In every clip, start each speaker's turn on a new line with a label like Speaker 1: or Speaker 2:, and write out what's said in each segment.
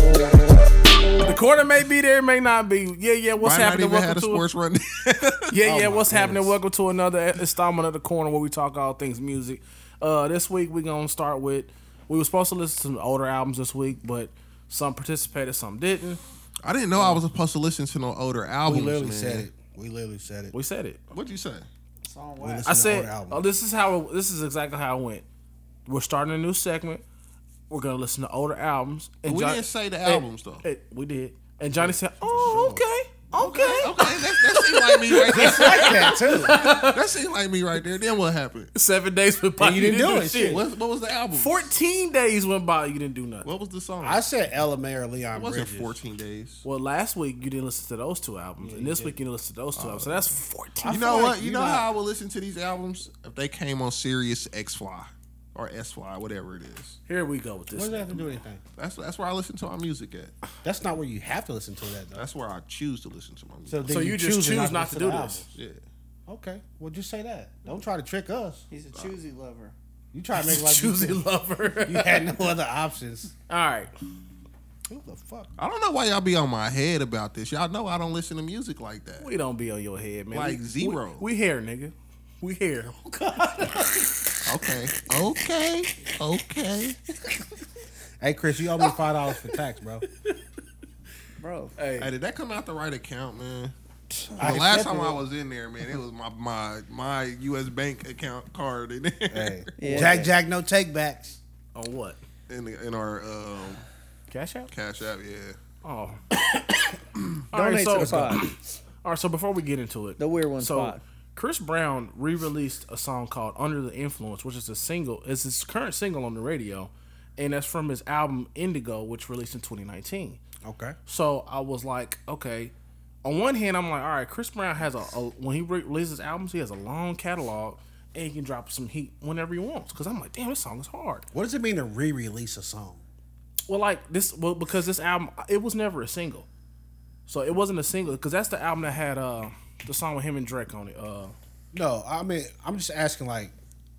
Speaker 1: The corner may be there, may not be. Yeah, yeah. What's
Speaker 2: Might
Speaker 1: happening?
Speaker 2: not even have
Speaker 1: Welcome
Speaker 2: the
Speaker 1: to
Speaker 2: sports run.
Speaker 1: yeah,
Speaker 2: Oh
Speaker 1: yeah.
Speaker 2: my
Speaker 1: What's happening?
Speaker 2: goodness.
Speaker 1: Welcome to another e, installment of the corner where we talk all things music. Uh, this week we're gonna start with. We were supposed to listen to some older albums this week, but some participated, some didn't.
Speaker 2: I didn't know I was supposed to listen to no older
Speaker 3: We
Speaker 2: albums.
Speaker 3: literally
Speaker 2: man.
Speaker 3: said it. We literally said it.
Speaker 1: We said it.
Speaker 2: What'd you say?
Speaker 3: We listened
Speaker 1: I
Speaker 3: to
Speaker 1: said,
Speaker 3: older albums.
Speaker 1: oh, this is how. It, this is exactly how it went. We're starting a new segment. We're gonna listen to older albums. And
Speaker 2: We
Speaker 1: John-
Speaker 2: didn't say the
Speaker 1: and-
Speaker 2: albums, though.
Speaker 1: and- we did. And Johnny said, "Oh, okay, okay."
Speaker 2: Okay, that, that seemed like me right there.
Speaker 3: like that too.
Speaker 2: That seemed like me right there. Then what happened?
Speaker 1: Seven days went by.
Speaker 3: And you didn't do it, shit.
Speaker 2: What, what was the album?
Speaker 1: Fourteen days went by. You didn't do nothing.
Speaker 2: What was the song?
Speaker 3: I said Ella May or Leon
Speaker 2: it wasn't
Speaker 3: Bridges.
Speaker 2: 14 days.
Speaker 1: Well, last week you didn't listen to those two albums, and this week you didn't listen to those two albums. So that's fourteen.
Speaker 2: You know
Speaker 3: like
Speaker 2: what? You
Speaker 3: you
Speaker 2: know
Speaker 3: not-
Speaker 2: how I would listen to these albums if they came on Sirius X Fly or S Fly, whatever it is.
Speaker 1: Here we go with
Speaker 3: What
Speaker 1: this.
Speaker 3: does that have to do with anything?
Speaker 2: That's that's where I listen to my music at.
Speaker 3: That's not where you have to listen to that though.
Speaker 2: That's where I choose to listen to my music.
Speaker 3: then
Speaker 1: So you just choose not to
Speaker 3: listen
Speaker 1: do
Speaker 3: the
Speaker 1: this.
Speaker 3: album.
Speaker 2: yeah.
Speaker 3: Okay. Well, just say that. Don't try to trick us.
Speaker 4: He's a choosy lover.
Speaker 3: You try to make it like you,
Speaker 1: Choosy
Speaker 3: said
Speaker 1: lover.
Speaker 3: you had no other options.
Speaker 1: All right.
Speaker 3: Who the fuck?
Speaker 2: I don't know why y'all be on my head about this. Y'all know I don't listen to music like that.
Speaker 1: We don't be on your head, man.
Speaker 2: Like
Speaker 1: We-
Speaker 2: zero.
Speaker 1: We, we here, nigga. We here.
Speaker 2: Okay. Okay. Okay.
Speaker 3: Hey Chris, you owe me five dollars for tax, bro.
Speaker 4: Bro.
Speaker 2: Hey,
Speaker 1: Hey,
Speaker 2: did that come out the right account, man?
Speaker 3: I
Speaker 2: The last
Speaker 3: accepted
Speaker 2: time I
Speaker 3: it.
Speaker 2: was in there, man, it was my my my US bank account card in there.
Speaker 3: Hey.
Speaker 4: Yeah.
Speaker 3: Jack Jack, no take backs.
Speaker 1: on what?
Speaker 2: In, the, in our um,
Speaker 1: Cash out.
Speaker 2: cash app, yeah.
Speaker 1: Oh. All right.
Speaker 4: Donate
Speaker 1: So,
Speaker 4: to the pod.
Speaker 1: all right. So before we get into it,
Speaker 4: The weird one
Speaker 1: So
Speaker 4: spot.
Speaker 1: Chris Brown re-released a song called "Under the Influence," which is a single. It's his current single on the radio, and that's from his album Indigo, which released in 2019.
Speaker 3: Okay.
Speaker 1: So I was like, okay. On one hand, I'm like, all right, Chris Brown has a, a when he re- releases albums, he has a long catalog, and he can drop some heat whenever he wants. Because I'm like, damn, this song is hard.
Speaker 3: What does it mean to re-release a song?
Speaker 1: Well, like this, well, because this album, it was never a single, so it wasn't a single. Because that's the album that had uh the song with him and Drake on it. Uh,
Speaker 3: No, I mean I'm just asking like,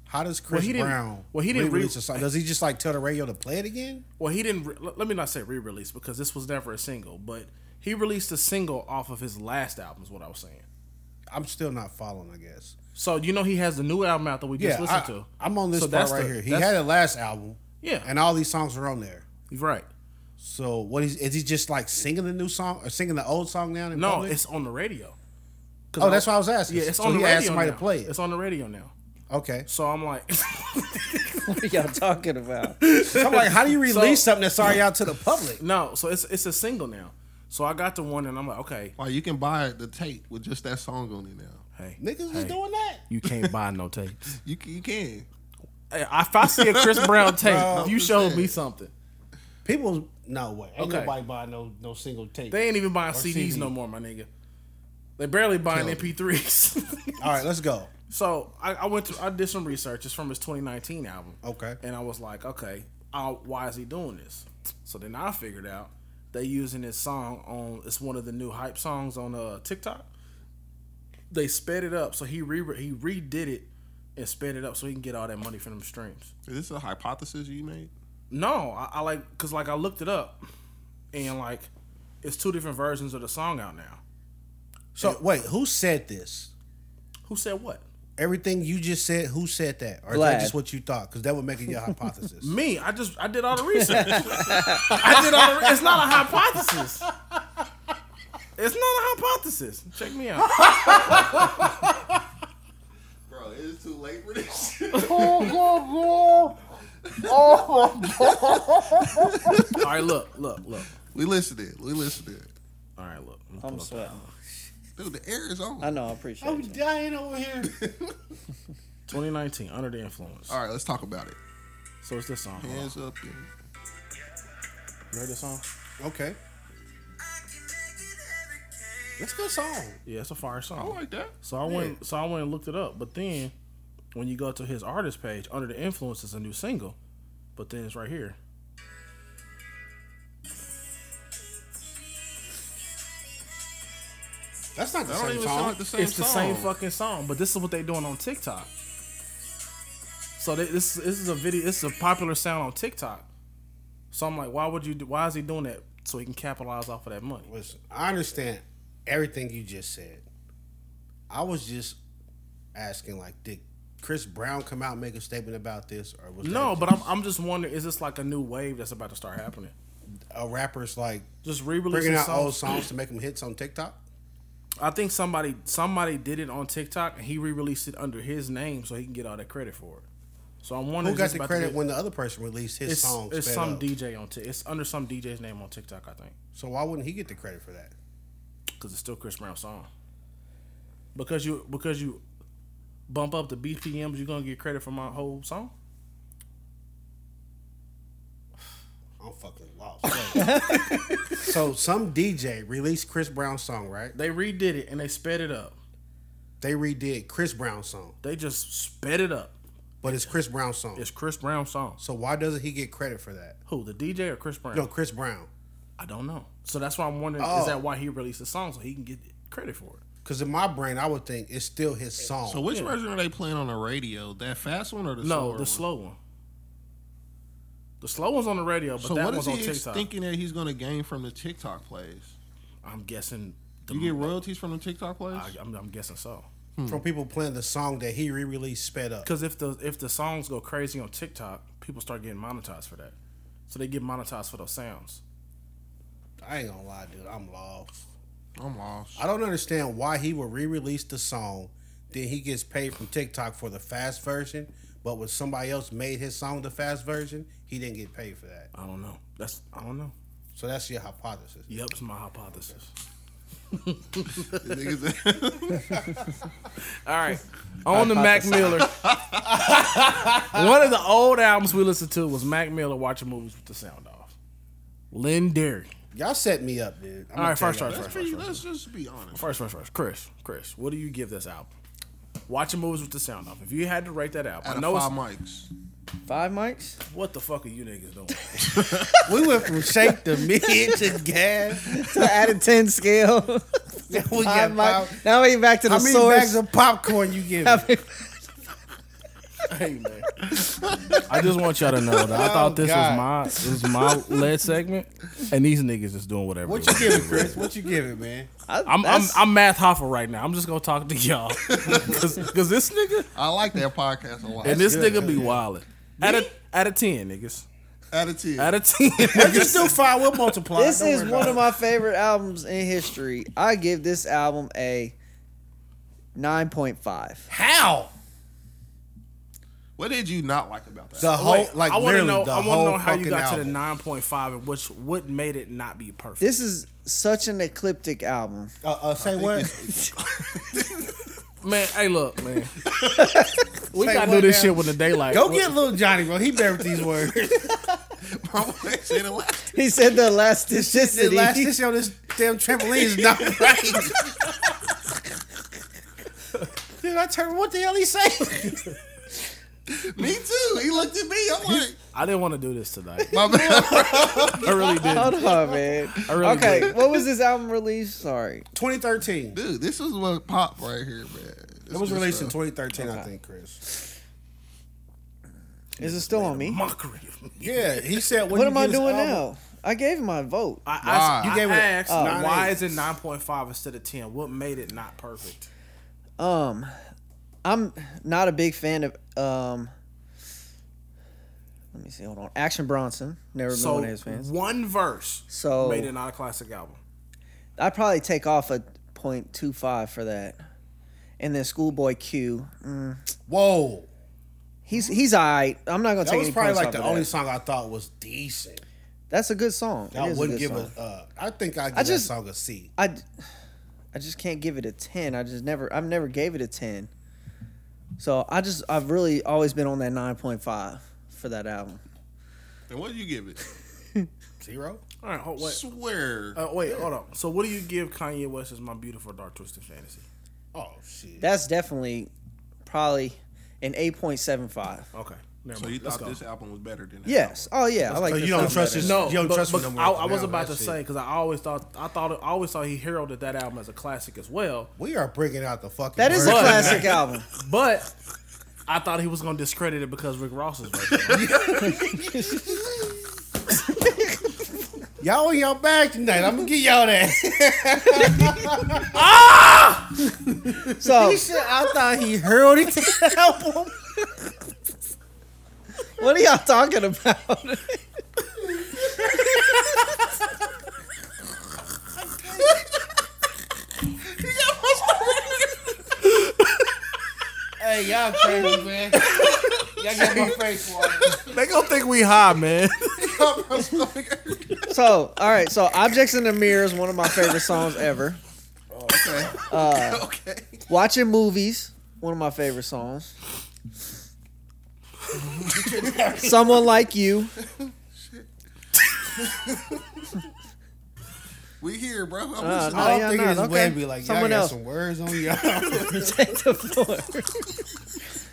Speaker 3: how does Chris
Speaker 1: he didn't-
Speaker 3: Brown
Speaker 1: well, he didn't re-
Speaker 3: re-release a song? Does he just like tell the radio to play it again?
Speaker 1: well, he didn't. Re- let- let me not say re-release because this was never a single, but he released a single off of his last album. Is what I was saying.
Speaker 3: I'm still not following, I guess.
Speaker 1: So you know he has the new album out that we just
Speaker 3: yeah,
Speaker 1: listened
Speaker 3: I,
Speaker 1: to.
Speaker 3: I'm on this
Speaker 1: So
Speaker 3: part
Speaker 1: that's
Speaker 3: right
Speaker 1: the-
Speaker 3: here. He
Speaker 1: that's-
Speaker 3: had a last album.
Speaker 1: Yeah.
Speaker 3: And all these songs are on there.
Speaker 1: You're right.
Speaker 3: So what is is he just like singing the new song or singing the old song now? In
Speaker 1: No,
Speaker 3: public?
Speaker 1: it's on the radio. 'Cause
Speaker 3: oh,
Speaker 1: I-
Speaker 3: that's what I was asking.
Speaker 1: Yeah, it's
Speaker 3: So
Speaker 1: on the
Speaker 3: he
Speaker 1: radio
Speaker 3: asked somebody
Speaker 1: now.
Speaker 3: to play it.
Speaker 1: It's on the radio now.
Speaker 3: Okay,
Speaker 1: So I'm like,
Speaker 4: What are y'all talking about?
Speaker 3: so I'm like, how do you release
Speaker 1: So-
Speaker 3: something that's already out to the public?
Speaker 1: no. So it's it's a single now. So I got the one and I'm like, okay,
Speaker 2: Like you can buy the tape with just that song on it now.
Speaker 1: hey,
Speaker 3: Niggas
Speaker 1: hey,
Speaker 3: is doing that.
Speaker 1: You can't buy no tapes.
Speaker 2: You can, you can.
Speaker 1: Hey, if I see a Chris Brown tape,
Speaker 2: Bro,
Speaker 1: you
Speaker 2: I'm just
Speaker 1: showed
Speaker 2: saying.
Speaker 1: me something.
Speaker 3: People, no way. Ain't
Speaker 1: Okay.
Speaker 3: nobody buying no no single tape.
Speaker 1: They ain't even buying CDs
Speaker 3: CD.
Speaker 1: no more, my nigga. They barely buying
Speaker 2: Tell
Speaker 1: MP3s.
Speaker 3: all right, let's go.
Speaker 1: so I, I went to I did some research. It's from his 2019 album.
Speaker 3: Okay.
Speaker 1: And I was like, okay, uh, why is he doing this? So then I figured out they using his song on it's one of the new hype songs on uh, TikTok. They sped it up, so he re he redid it and sped it up so he can get all that money from them streams.
Speaker 2: Is this a hypothesis you made?
Speaker 1: No, I, I like because like I looked it up, and like it's two different versions of the song out now.
Speaker 3: So wait, who said this?
Speaker 1: Who said what?
Speaker 3: Everything you just said, who said that? Or is
Speaker 4: Vlad.
Speaker 3: that just what you thought? Because that would make it your hypothesis.
Speaker 1: Me, I just I did all the research. I did all. The, it's not a hypothesis. It's not a hypothesis. Check me out.
Speaker 2: Bro, it is too late for this.
Speaker 1: All right, look, look, look.
Speaker 2: we listened it. We listened it.
Speaker 1: All right, look. Let me pull
Speaker 4: I'm
Speaker 1: up.
Speaker 4: sweating.
Speaker 2: Dude, the air is on.
Speaker 4: I know, I appreciate
Speaker 3: I'm
Speaker 4: it.
Speaker 3: dying over here.
Speaker 1: 2019, Under the Influence.
Speaker 2: All right, let's talk about it.
Speaker 1: So it's this song. Hold on.
Speaker 2: Hands up. yeah.
Speaker 1: You heard this song?
Speaker 3: Okay. That's a good song.
Speaker 1: Yeah, it's a fire
Speaker 2: I
Speaker 1: song.
Speaker 2: like that.
Speaker 1: So I went, so I went and looked it up. But then when you go to his artist page, under the influence is a new single, but then it's right here.
Speaker 3: That's not the
Speaker 2: That don't
Speaker 3: same
Speaker 2: even sound
Speaker 3: song.
Speaker 2: like the same
Speaker 1: it's the same
Speaker 2: song.
Speaker 1: fucking song, but this is what they doing on TikTok. So they, this this is a video. This is a popular sound on TikTok. So I'm like, why would you? do- Why is he doing that? So he can capitalize off of that money.
Speaker 3: Listen, I understand everything you just said. I was just asking, like, did Chris Brown come out and make a statement about this, or was
Speaker 1: No,
Speaker 3: that
Speaker 1: but I'm I'm just wondering, is this like a new wave that's about to start happening?
Speaker 3: a rapper's like
Speaker 1: Just re-releasing
Speaker 3: bringing out
Speaker 1: songs.
Speaker 3: old songs to make them hits on TikTok?
Speaker 1: I think somebody somebody did it on TikTok and he re-released it under his name so he can get all that credit for it. So I'm wondering
Speaker 3: Who
Speaker 1: if
Speaker 3: got
Speaker 1: it's
Speaker 3: the
Speaker 1: about to
Speaker 3: credit
Speaker 1: get-
Speaker 3: when the other person released his
Speaker 1: it's,
Speaker 3: song?
Speaker 1: it's
Speaker 3: sped
Speaker 1: some
Speaker 3: up?
Speaker 1: DJ on Tik. It's under some DJ's name on TikTok, I think,
Speaker 3: so why wouldn't he get the credit for that?
Speaker 1: because it's still Chris Brown's song. Because you because you bump up the BPMs, you're gonna get credit for my whole song.
Speaker 3: I'm fucking lost. Wait. so some DJ released Chris Brown's song, right?
Speaker 1: They redid it and they sped it up.
Speaker 3: They redid Chris Brown's song,
Speaker 1: They just sped it up.
Speaker 3: but it's Chris Brown's song.
Speaker 1: It's Chris Brown's song.
Speaker 3: so why doesn't he get credit for that?
Speaker 1: Who the DJ or Chris Brown?
Speaker 3: No, Chris Brown.
Speaker 1: I don't know. So that's why I'm wondering
Speaker 3: Oh.
Speaker 1: is that why he released the song so he can get credit for it?
Speaker 3: Because in my brain, I would think it's still his song.
Speaker 2: So which version are they playing on the radio? That fast one or the
Speaker 1: No,
Speaker 2: slower
Speaker 1: the
Speaker 2: one?
Speaker 1: slow one. The slow one's on the radio, but
Speaker 2: So
Speaker 1: that
Speaker 2: what
Speaker 1: one's
Speaker 2: is
Speaker 1: on
Speaker 2: he
Speaker 1: TikTok.
Speaker 2: thinking that he's going to gain from the TikTok plays?
Speaker 1: I'm guessing the
Speaker 2: You get royalties from the TikTok plays?
Speaker 1: I, I'm, I'm guessing so.
Speaker 3: from people playing the song that he re-released sped up.
Speaker 1: Because if the if the songs go crazy on TikTok, people start getting monetized for that. So they get monetized for those sounds.
Speaker 3: I ain't gonna lie, dude, I'm lost.
Speaker 2: I'm lost.
Speaker 3: I don't understand why he would re-release the song, then he gets paid from TikTok for the fast version, but when somebody else made his song the fast version, he didn't get paid for that.
Speaker 1: I don't know. That's I don't know.
Speaker 3: So that's your hypothesis.
Speaker 1: Yep, it's my hypothesis. All right. On the Mac Miller. One of the old albums we listened to was Mac Miller watching movies with the sound off. Lynn Derry.
Speaker 3: Y'all set me up, dude.
Speaker 1: All right,
Speaker 3: I'm gonna
Speaker 1: first,
Speaker 3: tell
Speaker 1: first,
Speaker 3: y'all.
Speaker 1: first,
Speaker 2: Let's,
Speaker 1: first,
Speaker 2: be,
Speaker 1: first.
Speaker 2: let's just be honest.
Speaker 1: First, first, first. Chris, Chris, what do you give this album? Watching movies with the sound off. If you had to rate that album,
Speaker 2: Out
Speaker 1: I
Speaker 2: of
Speaker 1: know it's,
Speaker 2: five mics.
Speaker 4: Five mics?
Speaker 1: what the fuck are you niggas doing?
Speaker 3: We went from shake to mid to gas.
Speaker 4: To add a 10 scale.
Speaker 3: Now
Speaker 4: Five
Speaker 3: we got
Speaker 4: mic.
Speaker 3: five.
Speaker 4: Now we back to the
Speaker 3: How many
Speaker 4: source.
Speaker 3: bags of popcorn you give? me?
Speaker 1: hey man, I just want y'all to know that I thought this
Speaker 3: God.
Speaker 1: was my this was my lead segment, and these niggas is doing whatever.
Speaker 3: What
Speaker 1: they
Speaker 3: you
Speaker 1: want.
Speaker 3: giving, Chris? What you giving, man?
Speaker 4: I-
Speaker 1: I'm, I'm
Speaker 4: that's-
Speaker 1: I'm Math Hoffa right now. I'm just gonna talk to y'all because this nigga
Speaker 2: I like that podcast a lot.
Speaker 1: and this
Speaker 3: good,
Speaker 1: nigga be
Speaker 3: yeah.
Speaker 1: wildin'. At a at a ten, niggas.
Speaker 2: out of ten.
Speaker 1: At a ten. niggas.
Speaker 3: You still fine. We'll multiply.
Speaker 4: This
Speaker 3: Don't
Speaker 4: is
Speaker 3: worry
Speaker 4: one
Speaker 3: about
Speaker 4: of
Speaker 3: it.
Speaker 4: my favorite albums in history. I give this album a 9.5.
Speaker 3: how
Speaker 2: what did you not like about that?
Speaker 3: the whole
Speaker 1: Wait,
Speaker 3: like
Speaker 1: I want to
Speaker 3: literally
Speaker 1: know.
Speaker 3: the
Speaker 1: I want
Speaker 3: whole
Speaker 1: to know how you
Speaker 3: fucking
Speaker 1: got to the
Speaker 3: album.
Speaker 1: nine point five and which what made it not be perfect.
Speaker 4: This is such an ecliptic album.
Speaker 3: Uh, uh, say what?
Speaker 1: man, hey, look, man, we
Speaker 3: Say
Speaker 1: gotta do
Speaker 3: what
Speaker 1: this
Speaker 3: now?
Speaker 1: shit with the daylight.
Speaker 3: Go
Speaker 1: What-
Speaker 3: get little Johnny, bro. He better with these words.
Speaker 2: Say the last-
Speaker 4: He said the
Speaker 3: the
Speaker 4: elasticity.
Speaker 3: last this on this damn trampoline is not right. Dude, I turned. What the hell he say?
Speaker 2: me too. He looked at me. I'm like,
Speaker 1: I didn't want to do this tonight.
Speaker 2: my man.
Speaker 1: I really did.
Speaker 4: Hold on, man.
Speaker 1: really
Speaker 4: okay,
Speaker 1: did.
Speaker 4: what was this album released? Sorry.
Speaker 3: 2013.
Speaker 2: Dude, this is what pop right here, man. This
Speaker 3: It was
Speaker 2: good
Speaker 3: released in
Speaker 2: stuff.
Speaker 3: 2013, I think, Chris.
Speaker 4: Is it still on me?
Speaker 1: mockery.
Speaker 3: Yeah, he said.
Speaker 4: What am I doing now? I gave my vote.
Speaker 1: I,
Speaker 2: Why?
Speaker 1: I,
Speaker 2: You
Speaker 1: you
Speaker 3: gave
Speaker 1: gave
Speaker 3: it-
Speaker 1: asked,
Speaker 3: Oh.
Speaker 1: why
Speaker 3: 9.8.
Speaker 1: is it nine point five instead of ten? What made it not perfect?
Speaker 4: Um, I'm not a big fan of um. Let me see. Hold on. Action Bronson. Never been
Speaker 1: So
Speaker 4: one of his fans.
Speaker 1: one verse
Speaker 4: So
Speaker 1: made it not a classic album.
Speaker 4: I'd probably take off a point two five for that. And then Schoolboy Q. Mm,
Speaker 3: Whoa,
Speaker 4: he's he's alright. I'm not gonna
Speaker 3: that
Speaker 4: take
Speaker 3: was
Speaker 4: any
Speaker 3: probably
Speaker 4: points
Speaker 3: like
Speaker 4: off
Speaker 3: the
Speaker 4: of
Speaker 3: only
Speaker 4: that.
Speaker 3: song I thought was decent.
Speaker 4: That's a good song. It
Speaker 3: I
Speaker 4: is a
Speaker 3: wouldn't
Speaker 4: good
Speaker 3: give
Speaker 4: song.
Speaker 3: a. Uh, I think I give that
Speaker 4: just-
Speaker 3: song a C.
Speaker 4: I, d- I just can't give it a ten. I just never I've never gave it a ten. So I just I've really always been on that nine point five for that album.
Speaker 2: And what did you give it?
Speaker 3: Zero.
Speaker 1: All right, hold, wait,
Speaker 2: Swear.
Speaker 1: uh, wait, hold on. So what do you give Kanye West as my beautiful dark twisted fantasy?
Speaker 3: Oh shit.
Speaker 4: That's definitely probably an eight point seven five.
Speaker 1: Okay. Never
Speaker 2: So
Speaker 1: mind.
Speaker 2: you
Speaker 1: Let's
Speaker 2: thought
Speaker 1: go.
Speaker 2: this album was better than that?
Speaker 4: Yes. Oh yeah. I like.
Speaker 3: So
Speaker 4: this
Speaker 3: you don't
Speaker 4: album
Speaker 3: trust
Speaker 4: better.
Speaker 3: his-
Speaker 1: No,
Speaker 3: You don't
Speaker 1: but,
Speaker 3: trust me
Speaker 1: but
Speaker 3: no more
Speaker 1: I,
Speaker 3: after
Speaker 1: I
Speaker 3: that
Speaker 1: was
Speaker 3: one,
Speaker 1: about to
Speaker 3: that
Speaker 1: say because I always thought I thought I always thought he heralded that album as a classic as well,
Speaker 3: We are bringing out the fucking.
Speaker 4: That is a
Speaker 1: But-
Speaker 3: word.
Speaker 4: classic album.
Speaker 1: but I thought he was going to discredit it because Rick Ross is right there.
Speaker 3: Y'all on y'all back tonight. I'm gonna get y'all that.
Speaker 4: So
Speaker 3: I thought he hurled it to the album.
Speaker 4: what are y'all talking about?
Speaker 3: Hey, y'all crazy man. Y'all got my face water.
Speaker 1: they gonna think we high, man.
Speaker 4: So all right. So objects in the mirror is one of my favorite songs ever.
Speaker 2: Okay. okay.
Speaker 4: Watching movies, one of my favorite songs. Someone like you.
Speaker 2: We here, bro. I'm
Speaker 4: Uh,
Speaker 2: listening.
Speaker 4: no,
Speaker 3: I
Speaker 4: yeah,
Speaker 3: don't think
Speaker 4: no,
Speaker 3: it's
Speaker 4: okay.
Speaker 3: way to be like y'all
Speaker 4: Someone
Speaker 3: got
Speaker 4: else.
Speaker 3: some words on y'all.
Speaker 4: Take the floor.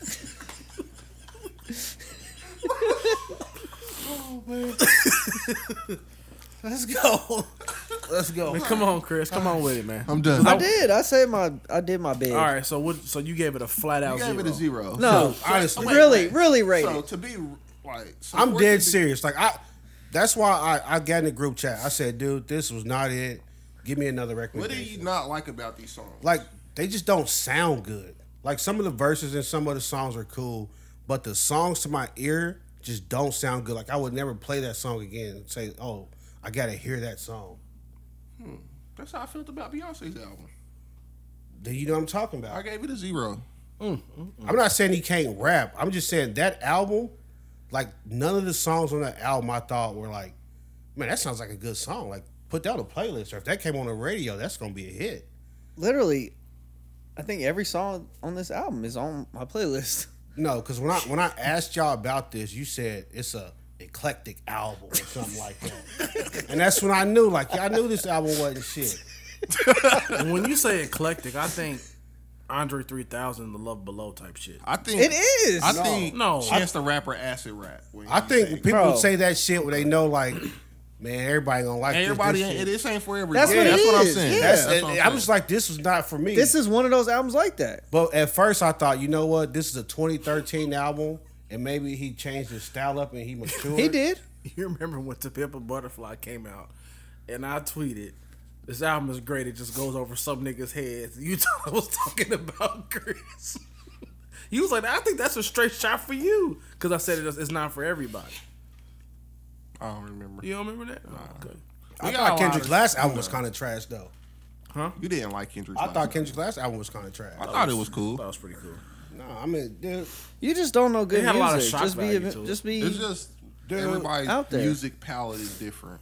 Speaker 3: Let's go. Let's go.
Speaker 1: Come on, Chris. Come on with it, man.
Speaker 2: I'm done.
Speaker 4: I did. I said my. I did my bid.
Speaker 1: All right, so what? So you gave it a flat out
Speaker 2: You gave
Speaker 1: zero.
Speaker 2: it a zero.
Speaker 4: No,
Speaker 3: honestly.
Speaker 4: really, really rated.
Speaker 2: So to be like, so
Speaker 3: I'm
Speaker 2: where
Speaker 3: dead
Speaker 2: did the-
Speaker 3: serious. Like I, that's why I I got in the group chat. I said, dude, this was not it. Give me another
Speaker 2: What do
Speaker 3: recommendation.
Speaker 2: you not like about these songs?
Speaker 3: like they just don't sound good. Like some of the verses and some of the songs are cool, but the songs to my ear just don't sound good. Like I would never play that song again and say, "Oh, I got to hear that song."
Speaker 2: That's how I felt about Beyonce's album.
Speaker 3: Do you know what I'm talking
Speaker 2: I
Speaker 3: about?
Speaker 2: gave it a zero.
Speaker 3: I'm not saying he can't rap. I'm just saying that album, like none of the songs on that album I thought were like, "Man, that sounds like a good song." Like put that on a playlist or if that came on the radio, that's going to be a hit.
Speaker 4: literally, I think every song on this album is on my playlist.
Speaker 3: No, because when I when I asked y'all about this, you said it's a eclectic album or something like that, and that's when I knew. Like I knew this album wasn't shit.
Speaker 1: And when you say eclectic, I think Andre 3000, The Love Below type shit.
Speaker 2: I think
Speaker 4: It is.
Speaker 2: I think
Speaker 1: No.
Speaker 2: no. Chance the rapper acid rap. when
Speaker 3: I
Speaker 2: he
Speaker 3: think
Speaker 2: sang.
Speaker 3: people
Speaker 4: Bro.
Speaker 3: say that shit when they know like, man, everybody gonna like
Speaker 2: everybody
Speaker 3: This,
Speaker 2: ain't,
Speaker 3: this
Speaker 2: it ain't for everybody.
Speaker 4: That's what it
Speaker 2: that's what I'm
Speaker 4: is,
Speaker 2: saying.
Speaker 4: yeah.
Speaker 2: That's,
Speaker 3: shit.
Speaker 2: that's what I'm
Speaker 3: And
Speaker 2: saying.
Speaker 3: I was like, this was not for me.
Speaker 4: this is one of those albums like that.
Speaker 3: but at first I thought, you know what, this is a 2013 album, and maybe he changed his style up and he matured.
Speaker 4: He did.
Speaker 1: You remember when To Pimp a Butterfly came out, and I tweeted, "This album is great. It just goes over some niggas' heads." You t- was talking about Chris. you was like, "I think that's a straight shot for you," because I said it, it's not for everybody.
Speaker 2: I don't remember.
Speaker 1: You don't remember that? Okay.
Speaker 3: I
Speaker 2: We got a lot
Speaker 3: thought Kendrick's
Speaker 2: of-
Speaker 3: last album was kind of trash though.
Speaker 2: You didn't like Kendrick's.
Speaker 3: I
Speaker 2: last
Speaker 3: thought
Speaker 2: album.
Speaker 3: Kendrick's last album was kind of trash.
Speaker 2: I thought it was cool.
Speaker 1: That was pretty cool.
Speaker 3: No, I mean, dude.
Speaker 4: You just don't know good
Speaker 1: It had a
Speaker 4: music.
Speaker 1: lot of shock
Speaker 4: just be,
Speaker 1: value
Speaker 4: a-
Speaker 1: to it.
Speaker 4: just be.
Speaker 2: It's just everybody's
Speaker 4: out there.
Speaker 2: music palette is different.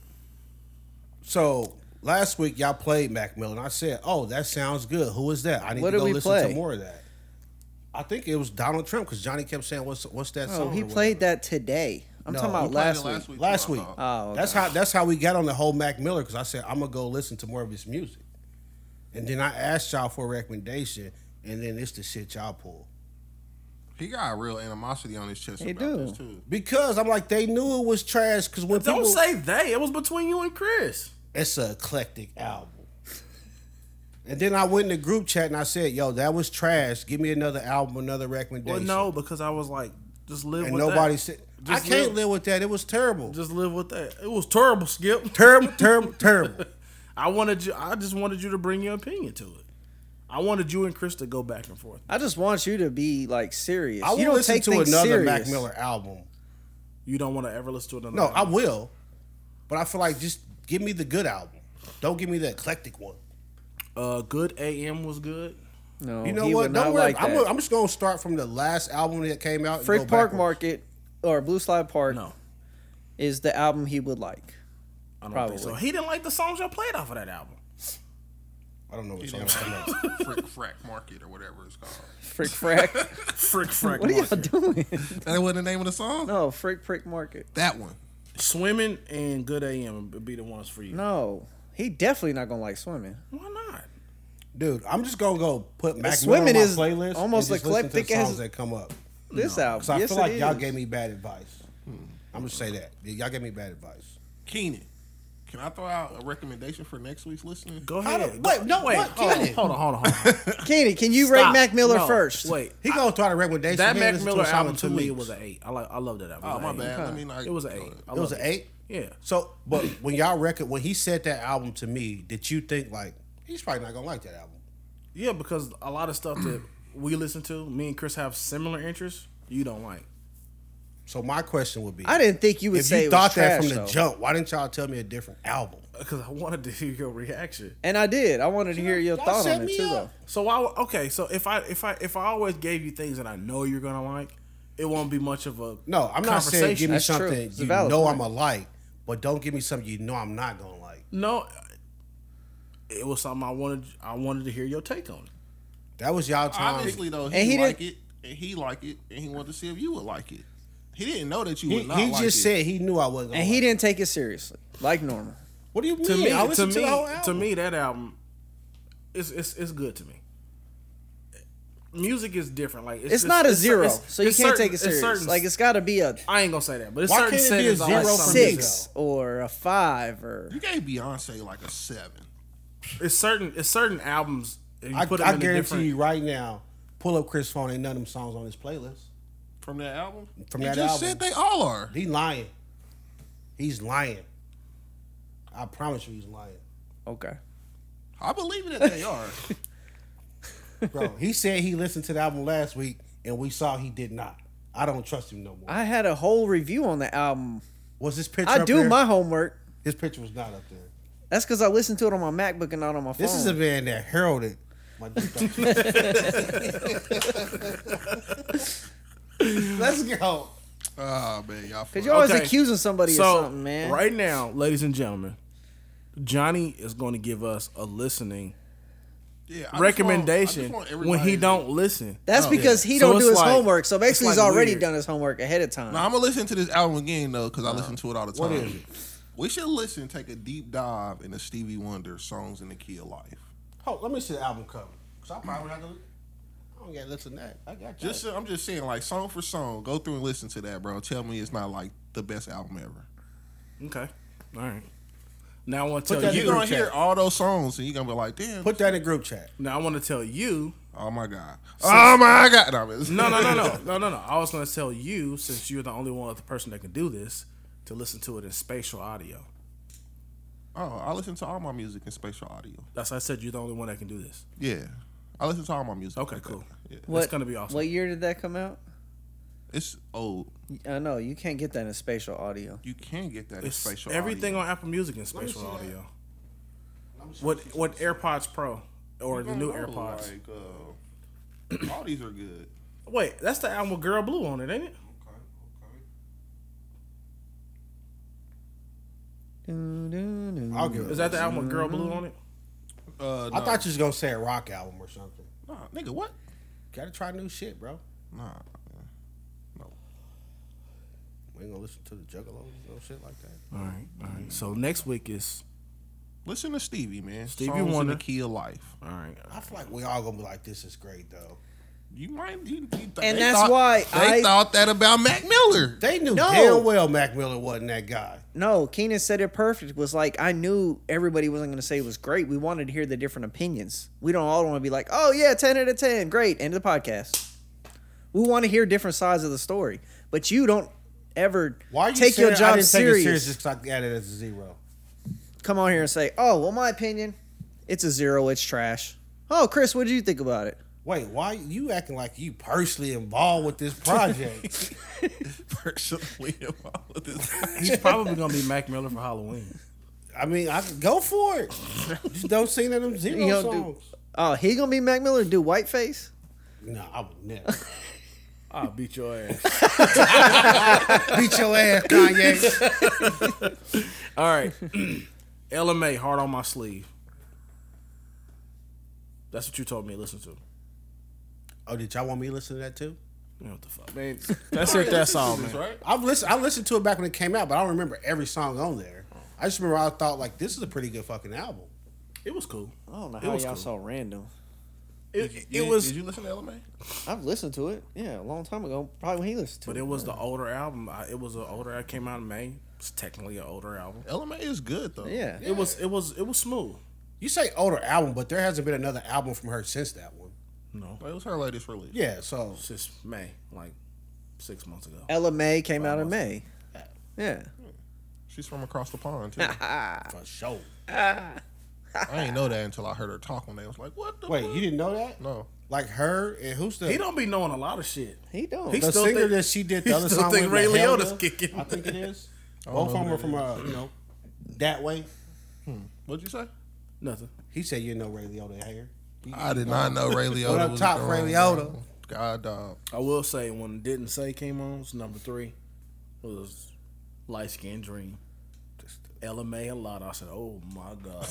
Speaker 3: So last week y'all played Mac Miller, and I said, "Oh, that sounds good. Who is that? I need
Speaker 4: What
Speaker 3: to
Speaker 4: did
Speaker 3: go
Speaker 4: we
Speaker 3: listen to
Speaker 4: play?
Speaker 3: more of that." I think it was Donald Trump because Johnny kept saying, "What's what's that
Speaker 4: oh,
Speaker 3: song?"
Speaker 4: he
Speaker 3: or
Speaker 4: played that today. I'm
Speaker 3: No,
Speaker 4: talking
Speaker 3: he
Speaker 4: about
Speaker 2: Played it
Speaker 4: last, week.
Speaker 2: too,
Speaker 3: Last
Speaker 2: I
Speaker 3: week.
Speaker 2: thought.
Speaker 4: Oh,
Speaker 3: whatever.
Speaker 4: okay.
Speaker 3: That's how that's how we got on the whole Mac Miller because I said I'm gonna go listen to more of his music, and then I asked y'all for a recommendation, and then it's the shit y'all pull
Speaker 2: He got a real animosity on his chest
Speaker 4: He
Speaker 2: about
Speaker 4: do.
Speaker 2: this too.
Speaker 3: because I'm like they knew it was trash because when
Speaker 1: Don't
Speaker 3: people
Speaker 1: say they. It was between you and Chris.
Speaker 3: it's an eclectic album. And then I went in the group chat and I said, "Yo, that was trash. Give me another album, another
Speaker 1: Well,
Speaker 3: recommendation."
Speaker 1: no, because I was like, just live
Speaker 3: and
Speaker 1: with
Speaker 3: nobody
Speaker 1: that.
Speaker 3: said I
Speaker 1: Just
Speaker 3: can't
Speaker 1: live-
Speaker 3: live with that. It was terrible.
Speaker 1: Just live with that. It was terrible, Skip.
Speaker 3: terrible, terrible, terrible.
Speaker 1: I wanted you. I just wanted you to bring your opinion to it. I wanted you and Chris to go back and forth.
Speaker 4: I just want you to be like serious.
Speaker 3: I
Speaker 4: you
Speaker 3: will
Speaker 4: don't
Speaker 3: listen
Speaker 4: take
Speaker 3: to
Speaker 4: things
Speaker 3: another
Speaker 4: serious.
Speaker 3: Mac Miller album.
Speaker 1: You don't want to ever listen to another.
Speaker 3: No, I
Speaker 1: album.
Speaker 3: will, but I feel like just give me the good album. Don't give me the eclectic one.
Speaker 1: Uh, good AM was good.
Speaker 4: No,
Speaker 3: You know
Speaker 4: Oh, he
Speaker 3: what?
Speaker 4: Would
Speaker 3: Don't
Speaker 4: not
Speaker 3: worry.
Speaker 4: like
Speaker 3: I'm,
Speaker 4: that.
Speaker 3: gonna- I'm just gonna start from the last album that came out. and
Speaker 4: Frick
Speaker 3: go
Speaker 4: Park
Speaker 3: backwards.
Speaker 4: Market or Blue Slide Park
Speaker 1: No,
Speaker 4: is the album he would like.
Speaker 1: I don't
Speaker 4: Probably.
Speaker 1: think so. He didn't like the songs y'all played off of that album.
Speaker 3: I don't know what
Speaker 2: He
Speaker 3: song
Speaker 2: didn't
Speaker 3: that's coming out.
Speaker 2: like Frick Frack Market or whatever it's called.
Speaker 4: Frick Frack.
Speaker 1: Frick, frick,
Speaker 4: what are y'all
Speaker 1: Market.
Speaker 4: doing?
Speaker 2: That wasn't the name of the song.
Speaker 4: No, Frick Prick Market.
Speaker 2: That one.
Speaker 1: swimming and good AM would be the ones for you.
Speaker 4: No, he definitely not gonna like swimming.
Speaker 1: Why not?
Speaker 3: Dude, I'm just gonna go put Mac Miller
Speaker 4: Swimming
Speaker 3: on my
Speaker 4: is
Speaker 3: playlist.
Speaker 4: almost
Speaker 3: and just listen to the
Speaker 4: eclectic as-
Speaker 3: songs that come up.
Speaker 4: This
Speaker 3: Because
Speaker 4: album.
Speaker 3: I
Speaker 4: yes,
Speaker 3: feel like
Speaker 4: it
Speaker 3: y'all
Speaker 4: is.
Speaker 3: gave me bad advice. I'm gonna say that y'all gave me bad advice.
Speaker 2: Keenan, can I throw out a recommendation for next week's listening?
Speaker 1: Go
Speaker 3: How
Speaker 1: ahead.
Speaker 3: the-
Speaker 1: Go-
Speaker 3: wait, no,
Speaker 1: wait,
Speaker 3: what?
Speaker 1: hold, on,
Speaker 3: Keenan.
Speaker 1: hold on, hold on, hold on.
Speaker 4: Keenan, can you rate
Speaker 1: Stop.
Speaker 4: Mac Miller
Speaker 1: No,
Speaker 4: first?
Speaker 1: Wait,
Speaker 3: He gonna throw out a recommendation.
Speaker 1: that
Speaker 3: He
Speaker 1: Mac
Speaker 3: listen
Speaker 1: Miller
Speaker 3: us all in
Speaker 1: album
Speaker 3: two
Speaker 1: to me
Speaker 3: weeks.
Speaker 1: was an eight. I like, I love that album.
Speaker 2: Oh,
Speaker 1: It was
Speaker 2: my
Speaker 1: an
Speaker 2: bad.
Speaker 1: eight.
Speaker 2: Let me not.
Speaker 1: It was an
Speaker 2: go
Speaker 1: eight.
Speaker 2: ahead.
Speaker 1: I
Speaker 3: It was an
Speaker 1: loved
Speaker 3: eight.
Speaker 1: Yeah.
Speaker 3: So, but when y'all record when he said that album to me, did you think like he's probably not gonna like that album?
Speaker 1: Yeah, because a lot of stuff that we listen to, me and Chris have similar interests. You don't like.
Speaker 3: So my question would be,
Speaker 4: I didn't think you would
Speaker 3: if
Speaker 4: say
Speaker 3: you
Speaker 4: it
Speaker 3: thought
Speaker 4: was
Speaker 3: that
Speaker 4: trash,
Speaker 3: from the
Speaker 4: though.
Speaker 3: jump, why didn't y'all tell me a different album?
Speaker 1: Because Uh, I wanted to hear your reaction.
Speaker 4: And I did. I wanted to hear your
Speaker 3: y'all
Speaker 4: thought
Speaker 3: set
Speaker 4: on it
Speaker 3: me
Speaker 4: too,
Speaker 3: up.
Speaker 1: So why? Okay, so if I if I if I always gave you things that I know you're gonna like, it won't be much of a
Speaker 3: No, I'm not saying give me
Speaker 4: That's true.
Speaker 3: something
Speaker 4: It's a
Speaker 3: you
Speaker 4: valid
Speaker 3: know
Speaker 4: point.
Speaker 3: I'm a like, but don't give me something you know I'm not gonna like.
Speaker 1: No, it was something I wanted. I wanted to hear your take on it.
Speaker 3: That was y'all time.
Speaker 2: Obviously, though, he,
Speaker 4: And he
Speaker 2: liked
Speaker 4: didn't-
Speaker 2: it, and he liked it, and he wanted to see if you would like it. He didn't know that you
Speaker 3: He,
Speaker 2: would not
Speaker 3: he
Speaker 2: like
Speaker 3: just
Speaker 2: it.
Speaker 3: said he knew I wasn't. Gonna
Speaker 4: And he
Speaker 3: like
Speaker 4: didn't take it seriously, like normal.
Speaker 3: it. What do you mean?
Speaker 1: To
Speaker 3: I
Speaker 1: me, to
Speaker 3: listened
Speaker 1: me,
Speaker 3: to the whole
Speaker 1: to
Speaker 3: album.
Speaker 1: me, that album is it's, it's good to me. Music is different. Like
Speaker 4: It's, not a
Speaker 1: it's-
Speaker 4: zero,
Speaker 1: it's-
Speaker 4: so you
Speaker 1: it's
Speaker 4: can't
Speaker 1: certain-
Speaker 4: take it
Speaker 1: it's
Speaker 4: serious.
Speaker 1: certain-
Speaker 4: like it's got to be a,
Speaker 1: I ain't gonna say that, but it's
Speaker 3: Why
Speaker 1: certain
Speaker 3: can't it be a
Speaker 1: settings. I like
Speaker 4: a
Speaker 3: zero
Speaker 1: some
Speaker 3: from
Speaker 1: music.
Speaker 4: six or a five or
Speaker 2: You gave Beyonce like a seven.
Speaker 1: It's certain. It's certain albums. and You
Speaker 3: I,
Speaker 1: put them
Speaker 3: I
Speaker 1: in a
Speaker 3: guarantee
Speaker 1: different-
Speaker 3: you right now, pull up Chris phone. Ain't none of them songs on his playlist.
Speaker 2: From that album?
Speaker 3: From
Speaker 2: you
Speaker 3: that
Speaker 2: just
Speaker 3: album.
Speaker 2: said they all are.
Speaker 3: He lying. He's lying. I promise you, he's lying,
Speaker 4: okay.
Speaker 2: I believe that they are.
Speaker 3: bro. he said he listened to the album last week, and we saw he did not. I don't trust him no more.
Speaker 4: I had a whole review on the album.
Speaker 3: was this picture?
Speaker 4: I
Speaker 3: up
Speaker 4: do
Speaker 3: there?
Speaker 4: my homework.
Speaker 3: His picture was not up there.
Speaker 4: That's because I listened to it on my MacBook and not on my phone.
Speaker 3: This is a man that heralded. My Let's go.
Speaker 2: oh, man, y'all.
Speaker 4: Cause you're always
Speaker 1: Okay.
Speaker 4: accusing somebody
Speaker 1: so
Speaker 4: of something, man.
Speaker 1: right now, ladies and gentlemen, Johnny is going to give us a listening
Speaker 2: yeah, I just want- I just
Speaker 1: recommendation
Speaker 2: want
Speaker 1: when
Speaker 2: everybody
Speaker 1: he
Speaker 2: to-
Speaker 1: don't listen.
Speaker 4: That's because he
Speaker 1: So
Speaker 4: don't do
Speaker 1: it's
Speaker 4: his
Speaker 1: like-
Speaker 4: homework. So
Speaker 1: it's
Speaker 4: basically, he's
Speaker 1: like
Speaker 4: already
Speaker 1: weird.
Speaker 4: done his homework ahead of time.
Speaker 2: Now, I'm gonna listen to this album again though, because I listen to it all the time.
Speaker 3: What is it?
Speaker 2: We should listen, take a deep dive into Stevie Wonder songs in the key of life.
Speaker 3: Oh, let me see the album cover. Cause I probably not gonna. I don't gotta listen to that. I got
Speaker 2: Just,
Speaker 3: that.
Speaker 2: I'm just saying, like song for song, go through and listen to that, bro. Tell me it's not like the best album ever.
Speaker 1: Okay, all right. Now I want to tell
Speaker 3: that
Speaker 1: you.
Speaker 2: You're gonna
Speaker 3: group
Speaker 2: hear
Speaker 3: chat.
Speaker 2: all those songs and you're gonna be like, damn,
Speaker 3: put that in group chat.
Speaker 1: Now I want to tell you.
Speaker 2: oh my god, oh my god. No, I'm just-
Speaker 1: No, no, no, no, no, no, no. I was going to tell you since you're the only one other person that can do this to listen to it in spatial audio.
Speaker 2: oh, I listen to all my music in spatial audio.
Speaker 1: That's why I said you're the only one that can do this.
Speaker 2: Yeah, I listen to all my music.
Speaker 1: Okay,
Speaker 2: like that.
Speaker 1: cool.
Speaker 2: Yeah.
Speaker 4: what,
Speaker 1: gonna be awesome.
Speaker 4: What year did that come out?
Speaker 2: It's old.
Speaker 4: I know you can't get that in spatial audio.
Speaker 2: You can get that in
Speaker 1: It's
Speaker 2: spatial.
Speaker 1: everything
Speaker 2: audio.
Speaker 1: on Apple Music in
Speaker 3: see
Speaker 1: spatial
Speaker 3: that.
Speaker 1: audio. What what AirPods Pro or the new AirPods?
Speaker 2: Like, uh, all these are good.
Speaker 1: Wait, that's the album with Girl Blue on it, ain't it?
Speaker 2: Okay, okay.
Speaker 3: I'll give it.
Speaker 1: Is that the album with Girl Blue on it?
Speaker 2: Uh,
Speaker 3: I thought you was gonna say a rock album or something.
Speaker 2: nah, nigga, what?
Speaker 3: Gotta try new shit, bro.
Speaker 2: Nah, no.
Speaker 3: We ain't gonna listen to the Juggalos, no shit like that.
Speaker 1: All right, all right. So next week is
Speaker 2: Listen to Stevie, man.
Speaker 1: Stevie
Speaker 2: Songs in
Speaker 1: Wonder.
Speaker 2: the key of life.
Speaker 1: all right.
Speaker 3: I feel like we all gonna be like, this is great though.
Speaker 2: You might. You, you th-
Speaker 4: And
Speaker 2: they
Speaker 4: that's
Speaker 2: thought-
Speaker 4: why
Speaker 2: they
Speaker 4: I-
Speaker 2: thought that about Mac Miller.
Speaker 3: They knew
Speaker 4: No.
Speaker 3: damn well Mac Miller wasn't that guy.
Speaker 4: No, Keenan said it perfect. Was like I knew everybody wasn't going to say it was great. We wanted to hear the different opinions. We don't all want to be like, oh yeah, ten out of ten, great. End of the podcast. We want to hear different sides of the story, but you don't ever
Speaker 3: Why you
Speaker 4: take
Speaker 3: said
Speaker 4: your
Speaker 3: I
Speaker 4: job
Speaker 3: didn't
Speaker 4: serious.
Speaker 3: Take it serious because I got it as a zero.
Speaker 4: Come on here and say, oh well, my opinion, it's a zero. It's trash. Oh, Chris, what did you think about it?
Speaker 3: Wait, why you acting like you personally involved with this project?
Speaker 2: Personally, all of this.
Speaker 1: He's probably gonna be Mac Miller for Halloween.
Speaker 3: I mean, I could go for it. Just don't sing none of them zero
Speaker 4: You don't do-
Speaker 3: songs.
Speaker 4: Oh, he gonna be Mac Miller and do whiteface?
Speaker 3: No, I would never
Speaker 1: I'll beat your ass.
Speaker 3: beat your ass, Kanye.
Speaker 1: All right. LMA, hard on my sleeve. That's what you told me to listen to.
Speaker 3: oh, did y'all want me to listen to that too?
Speaker 1: Man, what the fuck, man? That's it. That's all, man.
Speaker 2: right?
Speaker 3: I've listened. I listened to it back when it came out, but I don't remember every song on there. I just remember I thought like this is a pretty good fucking album.
Speaker 1: It was cool.
Speaker 4: I don't know
Speaker 1: It
Speaker 4: how
Speaker 1: was
Speaker 4: y'all
Speaker 1: cool.
Speaker 4: so random.
Speaker 1: It,
Speaker 2: Did you,
Speaker 1: it was,
Speaker 2: Did you listen to LMA?
Speaker 4: I've listened to it. Yeah, a long time ago. Probably when he listened to
Speaker 1: but
Speaker 4: it.
Speaker 1: it was the older album. I, it was an older. It came out in May. It's technically an older album.
Speaker 2: LMA is good though.
Speaker 4: Yeah.
Speaker 1: It was. It was. It was smooth.
Speaker 3: You say older album, but there hasn't been another album from her since that one.
Speaker 1: No,
Speaker 2: Like, it was her latest release.
Speaker 3: Yeah, so
Speaker 1: since May, like six months ago.
Speaker 4: Ella May came out in May. Yeah.
Speaker 2: She's from across the pond too.
Speaker 3: for sure.
Speaker 2: I didn't know that until I heard her talk one day. I was like, what the
Speaker 3: Wait,
Speaker 2: fuck?
Speaker 3: you didn't know that?
Speaker 2: No.
Speaker 3: Like her and who's the
Speaker 1: He don't be knowing a lot of shit.
Speaker 4: He don't.
Speaker 1: He's-
Speaker 3: the
Speaker 1: still
Speaker 3: singer
Speaker 1: think-
Speaker 3: that she did
Speaker 1: he
Speaker 3: the other
Speaker 1: still
Speaker 3: song
Speaker 1: think
Speaker 3: with
Speaker 1: Ray
Speaker 3: Mahalia,
Speaker 1: Liotta's kicking.
Speaker 3: I think it is.
Speaker 2: I don't
Speaker 3: Both of
Speaker 2: know
Speaker 3: them
Speaker 2: who
Speaker 3: are from uh, you know, that way.
Speaker 2: What'd you say?
Speaker 1: Nothing.
Speaker 3: He said you know Ray Liotta hair.
Speaker 2: I did not know Ray Liotta.
Speaker 3: What up
Speaker 2: was
Speaker 3: top,
Speaker 2: gone,
Speaker 3: Ray Liotta?
Speaker 2: bro. God dog.
Speaker 1: I will say when didn't say came on was number three was light skinned dream. LMA a lot. I said, oh my god.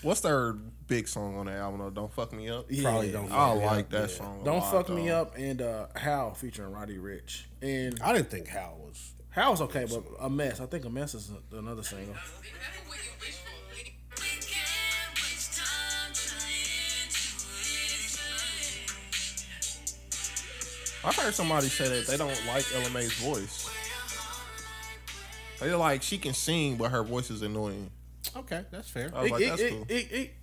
Speaker 2: What's their big song on the album though? Don't fuck me up.
Speaker 1: Yeah.
Speaker 3: Probably don't.
Speaker 2: I
Speaker 3: fuck me
Speaker 2: like
Speaker 3: up.
Speaker 2: that
Speaker 3: Yeah.
Speaker 2: song. a
Speaker 1: Don't
Speaker 2: lot,
Speaker 1: fuck me
Speaker 2: though.
Speaker 1: up and uh Hal featuring Roddy Rich and
Speaker 3: I didn't think Hal was.
Speaker 1: Hal's okay, but a mess. I think a mess is another single.
Speaker 2: I've heard somebody say that they don't like LMA's voice. They're like she can sing, but her voice is annoying.
Speaker 3: Okay, that's fair.
Speaker 2: I was
Speaker 1: It-
Speaker 2: like,
Speaker 1: it-
Speaker 2: that's
Speaker 1: it-
Speaker 2: cool.
Speaker 1: it- it-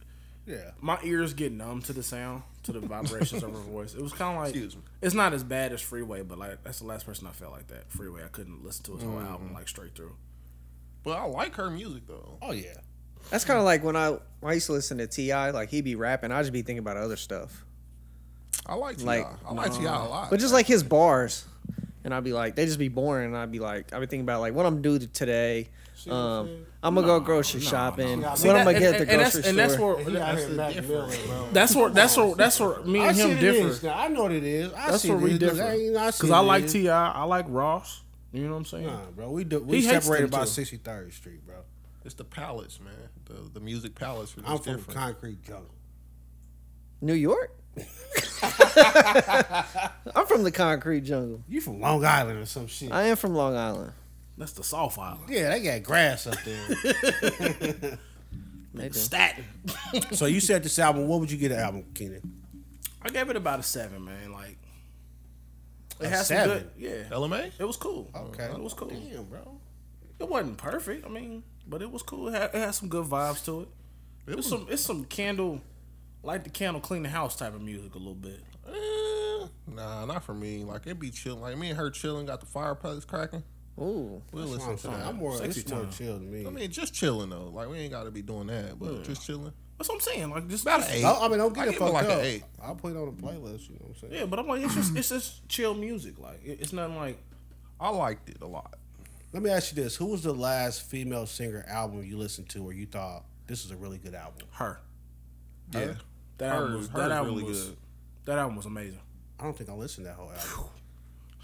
Speaker 3: yeah.
Speaker 1: my ears get numb to the sound, to the vibrations of her voice. It was kind of like
Speaker 2: Excuse me.
Speaker 1: it's not as bad as Freeway, but like that's the last person I felt like that. Freeway, I couldn't listen to his
Speaker 2: Mm-hmm.
Speaker 1: whole album like straight through.
Speaker 2: but I like her music though.
Speaker 3: Oh yeah.
Speaker 4: That's kind of like when I, when I used to listen to Ti. Like he be rapping, I just be thinking about other stuff.
Speaker 2: I like Ti.
Speaker 4: Like,
Speaker 2: I like Ti a lot.
Speaker 4: But just like his bars, and I'd be like, they just be boring, and I'd be like, I'd be thinking about like what I'm gonna do today. Um, I'm gonna go grocery shopping. What I'm gonna get at the
Speaker 1: and,
Speaker 4: grocery
Speaker 1: that's, and that's
Speaker 4: store.
Speaker 1: where
Speaker 3: He out
Speaker 1: that's,
Speaker 3: here Mac Miller, bro.
Speaker 1: that's where that's where that's where me
Speaker 3: I
Speaker 1: and
Speaker 3: see
Speaker 1: him
Speaker 3: what it is.
Speaker 1: differ.
Speaker 3: Now, I know what it is. I
Speaker 1: That's
Speaker 3: see
Speaker 1: where
Speaker 3: what
Speaker 1: we
Speaker 3: it is.
Speaker 1: differ.
Speaker 3: I ain't- I see
Speaker 1: Because
Speaker 3: what
Speaker 1: I
Speaker 3: it
Speaker 1: like
Speaker 3: is.
Speaker 1: Ti, I like Ross. You know what I'm saying?
Speaker 3: Nah, bro. We do, we
Speaker 1: He hates
Speaker 3: separated
Speaker 1: them,
Speaker 3: by
Speaker 1: too.
Speaker 3: 63rd Street, bro.
Speaker 2: it's the palace, man. The the music palace is
Speaker 3: I'm
Speaker 2: just
Speaker 3: from
Speaker 2: different.
Speaker 3: Concrete Jungle.
Speaker 4: New York. I'm from the concrete jungle.
Speaker 3: You from Long Island or some shit?
Speaker 4: I am from Long Island.
Speaker 1: That's the South Island.
Speaker 3: yeah, they got grass up there.
Speaker 4: They do.
Speaker 1: Staten.
Speaker 3: so you said this album. What would you get an album, Keenan?
Speaker 1: I gave it about a seven, man. Like it
Speaker 3: A
Speaker 1: has
Speaker 3: seven?
Speaker 1: some good, yeah.
Speaker 2: LMA?
Speaker 1: It was cool.
Speaker 3: Okay,
Speaker 1: it was cool.
Speaker 3: Damn, bro.
Speaker 1: It wasn't perfect. I mean, but it was cool. It had, it had some good vibes to it.
Speaker 2: It
Speaker 1: It's
Speaker 2: was.
Speaker 1: some it's some candle, like the candle clean the house type of music a little bit.
Speaker 2: eh, nah, not for me. Like it'd be chilling. Like me and her chilling, got the fireplace cracking.
Speaker 4: Ooh,
Speaker 2: We'll
Speaker 3: I'm,
Speaker 2: listen to
Speaker 3: saying.
Speaker 2: that.
Speaker 3: I'm more.
Speaker 1: Sexy
Speaker 3: It's more
Speaker 1: time.
Speaker 3: chill to me.
Speaker 2: I mean, just chilling though. Like we ain't got to be doing that, but
Speaker 3: Hmm.
Speaker 2: just chilling.
Speaker 1: That's what I'm saying. Like just
Speaker 2: About
Speaker 1: just-
Speaker 2: an eight.
Speaker 3: No, I mean, don't
Speaker 2: I
Speaker 3: get it
Speaker 2: give it
Speaker 3: fucked
Speaker 2: like an
Speaker 3: up.
Speaker 2: eight.
Speaker 3: I'll put it on a playlist. You know what I'm saying?
Speaker 1: Yeah, but I'm like it's just it's just chill music. Like it- it's nothing like
Speaker 2: I liked it a lot.
Speaker 3: Let me ask you this: Who was the last female singer album you listened to where you thought this is a really good album?
Speaker 1: her.
Speaker 2: Yeah,
Speaker 1: That
Speaker 2: Hers-
Speaker 1: album was
Speaker 2: hers
Speaker 1: that album
Speaker 2: really
Speaker 1: was
Speaker 2: good.
Speaker 1: that album was amazing.
Speaker 3: I don't think I listened to that whole album.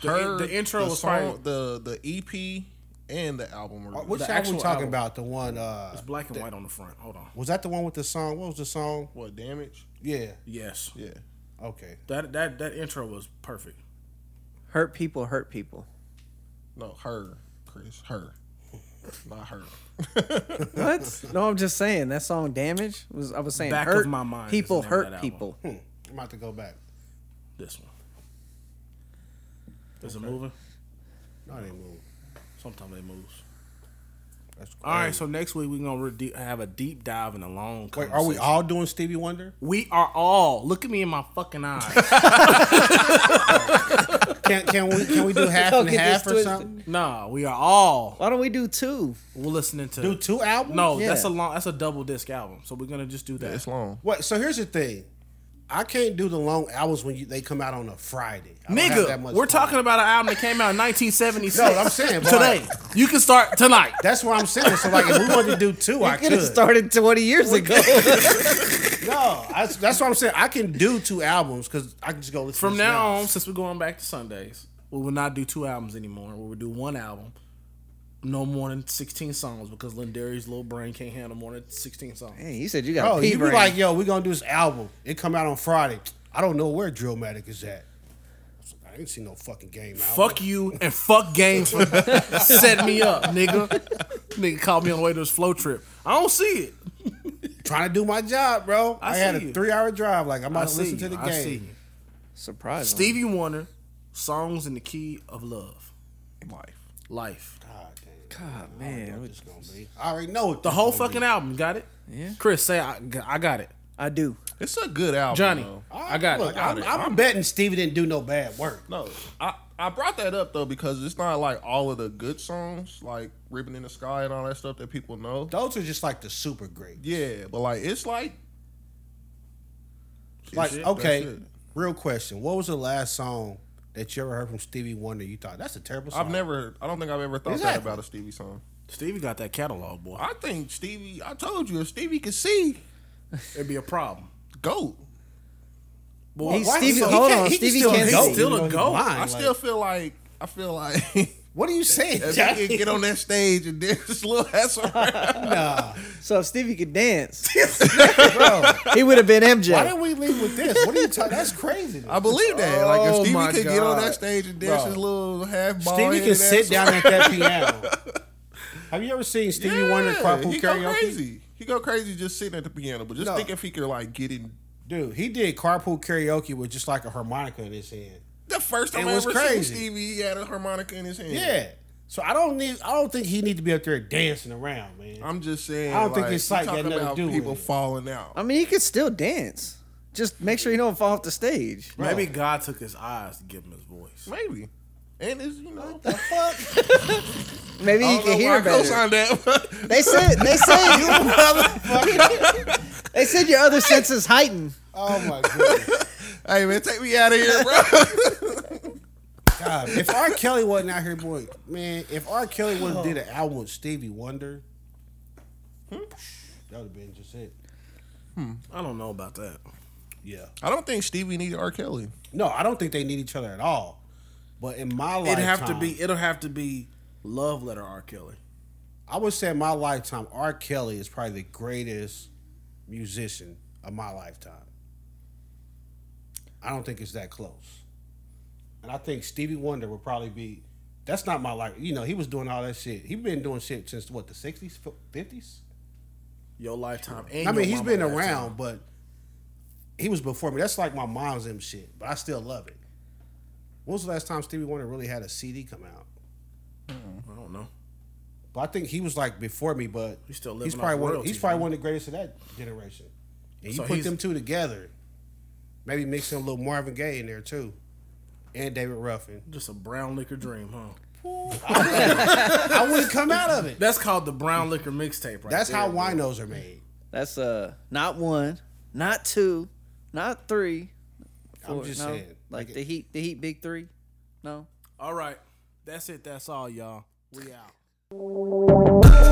Speaker 1: The, in- the intro was probably
Speaker 2: the the EP and the album. Were
Speaker 3: Uh,
Speaker 2: good.
Speaker 3: Which
Speaker 1: The
Speaker 3: album we
Speaker 1: actual
Speaker 3: talking
Speaker 1: album.
Speaker 3: about? The one uh,
Speaker 1: it's black and white on the front. Hold on.
Speaker 3: was that the one with the song? What was the song?
Speaker 2: what damage?
Speaker 3: Yeah.
Speaker 1: Yes,
Speaker 2: Yeah,
Speaker 3: Okay.
Speaker 1: that that that intro was perfect.
Speaker 4: hurt people hurt people.
Speaker 2: no, her, Chris, her, not her.
Speaker 4: What? no, I'm just saying that song "Damage" was. I was saying
Speaker 1: Back of
Speaker 4: hurt
Speaker 1: My Mind is
Speaker 4: people
Speaker 1: the name of
Speaker 4: hurt
Speaker 1: that
Speaker 4: people.
Speaker 3: Hmm. I'm about to go back.
Speaker 1: This one. Is it moving?
Speaker 3: No, I didn't move.
Speaker 1: Sometimes it moves.
Speaker 3: That's crazy.
Speaker 1: All right, so next week we're gonna re- have a deep dive and a long.
Speaker 3: Wait, are we
Speaker 1: conversation.
Speaker 3: all doing Stevie Wonder?
Speaker 1: We are all. Look at me in my fucking eyes.
Speaker 3: Can can we can we do half
Speaker 4: Don't
Speaker 3: and
Speaker 4: get
Speaker 3: half
Speaker 4: this
Speaker 3: or
Speaker 4: twisted.
Speaker 3: something?
Speaker 1: nah, we are all.
Speaker 4: Why don't we do two?
Speaker 1: We're listening to.
Speaker 3: Do two albums?
Speaker 1: no,
Speaker 4: Yeah.
Speaker 1: that's a long. That's a double disc album. So we're gonna just do that.
Speaker 2: It's long.
Speaker 3: What? So here's the thing. I can't do the long albums when you, they come out on a Friday. I don't have that
Speaker 1: Nigga,
Speaker 3: much
Speaker 1: we're
Speaker 3: time.
Speaker 1: talking about an album that came out in 1976.
Speaker 3: No, I'm saying, but
Speaker 1: today. you can start tonight.
Speaker 3: That's what I'm saying. So like, if we wanted to do two, I
Speaker 4: I could
Speaker 3: could.
Speaker 4: have started 20 years ago.
Speaker 3: No, I, that's what I'm saying. I can do two albums because I can just go listen
Speaker 1: From
Speaker 3: to
Speaker 1: now on, since we're going back to Sundays, we will not do two albums anymore. We will do one album. No more than 16 songs because Lindari's little brain can't handle more than 16 songs.
Speaker 4: Man, you said you got
Speaker 3: Oh,
Speaker 4: a pea
Speaker 3: you be
Speaker 4: brain.
Speaker 3: like, yo, we're gonna do this album. It come out on Friday. I don't know where Drillmatic is at. I was like, I ain't seen no fucking game out.
Speaker 1: Fuck you and fuck games for setting me up, nigga. nigga called me on the way to his flow trip. I don't see it.
Speaker 3: trying to do my job, bro.
Speaker 1: I
Speaker 3: I, had a
Speaker 1: see you.
Speaker 3: three hour drive. Like I'm
Speaker 1: I
Speaker 3: about to
Speaker 1: see
Speaker 3: listen
Speaker 1: you.
Speaker 3: to the
Speaker 1: I see
Speaker 3: game.
Speaker 1: you.
Speaker 4: Surprise.
Speaker 1: Stevie Wonder, songs in the key of love,
Speaker 2: life.
Speaker 1: life.
Speaker 3: God Ah, damn.
Speaker 4: God, Oh, man.
Speaker 3: It's gonna be. I already know what
Speaker 1: The whole fucking album, got it?
Speaker 4: Yeah.
Speaker 1: Chris, say I, I got it.
Speaker 4: I do.
Speaker 2: It's a good album.
Speaker 1: Johnny,
Speaker 2: though.
Speaker 1: I got
Speaker 3: Look,
Speaker 1: it.
Speaker 3: I'm,
Speaker 2: it.
Speaker 3: I'm betting Stevie didn't do no bad work.
Speaker 2: No, I, I brought that up though because it's not like all of the good songs like "Ribbon in the Sky" and all that stuff that people know.
Speaker 3: Those are just like the super great.
Speaker 2: Yeah, but like it's like
Speaker 3: Like,
Speaker 2: That's it, that's
Speaker 3: okay,
Speaker 2: it.
Speaker 3: real question. What was the last song that you ever heard from Stevie Wonder? You thought that's a terrible song.
Speaker 2: I've never, I don't think I've ever thought that
Speaker 3: Exactly.
Speaker 2: about a Stevie song.
Speaker 1: Stevie got that catalog, boy.
Speaker 2: I think Stevie, I told you, if Stevie could see,
Speaker 1: It'd be a problem.
Speaker 2: goat.
Speaker 1: Boy,
Speaker 4: He's
Speaker 1: why-
Speaker 4: Stevie-
Speaker 1: so-
Speaker 4: hold
Speaker 3: can-
Speaker 4: on,
Speaker 3: can
Speaker 4: Stevie
Speaker 3: still
Speaker 4: can't
Speaker 3: go,
Speaker 1: see. Still a
Speaker 3: even though he's
Speaker 1: goat.
Speaker 3: blind,
Speaker 2: I
Speaker 3: like-
Speaker 2: still feel like I feel like if
Speaker 3: What are you saying?
Speaker 2: he could get on that stage and dance a little ass around.
Speaker 3: Nah,
Speaker 4: So if Stevie could dance,
Speaker 3: bro.
Speaker 4: he would have been
Speaker 3: Why
Speaker 4: MJ.
Speaker 3: didn't we leave with this? What are you talking? That's crazy.
Speaker 2: I believe that. like if
Speaker 1: Oh,
Speaker 2: Stevie
Speaker 1: my
Speaker 2: could get on
Speaker 1: God.
Speaker 2: that stage and dance
Speaker 3: Bro.
Speaker 2: his little half ball.
Speaker 3: Stevie can sit down at that piano. Have you ever seen Stevie Wonder carpool
Speaker 2: he go
Speaker 3: karaoke?
Speaker 2: crazy. He go crazy just sitting at the piano. But just
Speaker 3: No.
Speaker 2: think if he could like get in.
Speaker 3: Dude, he did carpool karaoke with just like a harmonica in his hand.
Speaker 2: The first time
Speaker 3: It
Speaker 2: I
Speaker 3: was
Speaker 2: ever
Speaker 3: crazy.
Speaker 2: seen Stevie, he had a harmonica in his hand.
Speaker 3: Yeah. So I don't need. I don't think he need to be up there dancing around, man.
Speaker 2: I'm just saying.
Speaker 3: I don't think
Speaker 2: like,
Speaker 3: it's
Speaker 2: you
Speaker 3: like
Speaker 2: talking
Speaker 3: got nothing to
Speaker 2: about
Speaker 3: do with
Speaker 2: people
Speaker 3: it.
Speaker 2: falling out.
Speaker 4: I mean, he could still dance. Just make sure you don't fall off the stage.
Speaker 1: Maybe God took his eyes to give him his voice.
Speaker 2: Maybe. And it's you know.
Speaker 4: Maybe he can hear better.
Speaker 2: on that.
Speaker 4: They said they said They said your other senses heightened.
Speaker 3: oh my goodness.
Speaker 2: hey man, take me out of here, bro.
Speaker 3: God, if R. Kelly wasn't out here, boy, man. If R. Kelly would have did an album with Stevie Wonder, Hmm. that would have been just it.
Speaker 1: I don't know about that.
Speaker 3: Yeah.
Speaker 2: I don't think Stevie needed R. Kelly.
Speaker 3: No, I don't think they need each other at all. But in my
Speaker 1: It'd
Speaker 3: lifetime,
Speaker 1: have to be. It'll have to be love letter R. Kelly.
Speaker 3: I would say in my lifetime, R. Kelly is probably the greatest musician of my lifetime. I don't think it's that close. And I think Stevie Wonder would probably be. That's not my life. You know, he was doing all that shit. He's been doing shit since what the sixties, fifties.
Speaker 1: Your lifetime. And
Speaker 3: I
Speaker 1: your
Speaker 3: mean, he's
Speaker 1: mama
Speaker 3: been
Speaker 1: lifetime.
Speaker 3: around, but he was before me. That's like my mom's M shit, but I still love it. When was the last time Stevie Wonder really had a CD come out?
Speaker 1: I don't know.
Speaker 3: But I think he was like before me, but
Speaker 1: He's still
Speaker 3: he's
Speaker 1: living
Speaker 3: probably
Speaker 1: off
Speaker 3: one.
Speaker 1: royalties,
Speaker 3: he's probably
Speaker 1: man.
Speaker 3: one of the greatest of that generation. And you
Speaker 1: So
Speaker 3: put
Speaker 1: he's-
Speaker 3: them two together, maybe mix in a little Marvin Gaye in there too, and David Ruffin.
Speaker 1: Just a brown liquor dream, huh?
Speaker 3: I wouldn't come out of it.
Speaker 1: That's called the brown liquor mixtape, right?
Speaker 3: That's
Speaker 1: there,
Speaker 3: how
Speaker 1: bro.
Speaker 3: winos are made.
Speaker 4: That's uh not one, not two, not three.
Speaker 3: I'm
Speaker 4: four,
Speaker 3: just
Speaker 4: no,
Speaker 3: saying.
Speaker 4: Like the heat, the heat, big three. No.
Speaker 1: All right, that's it. That's all, y'all. We out.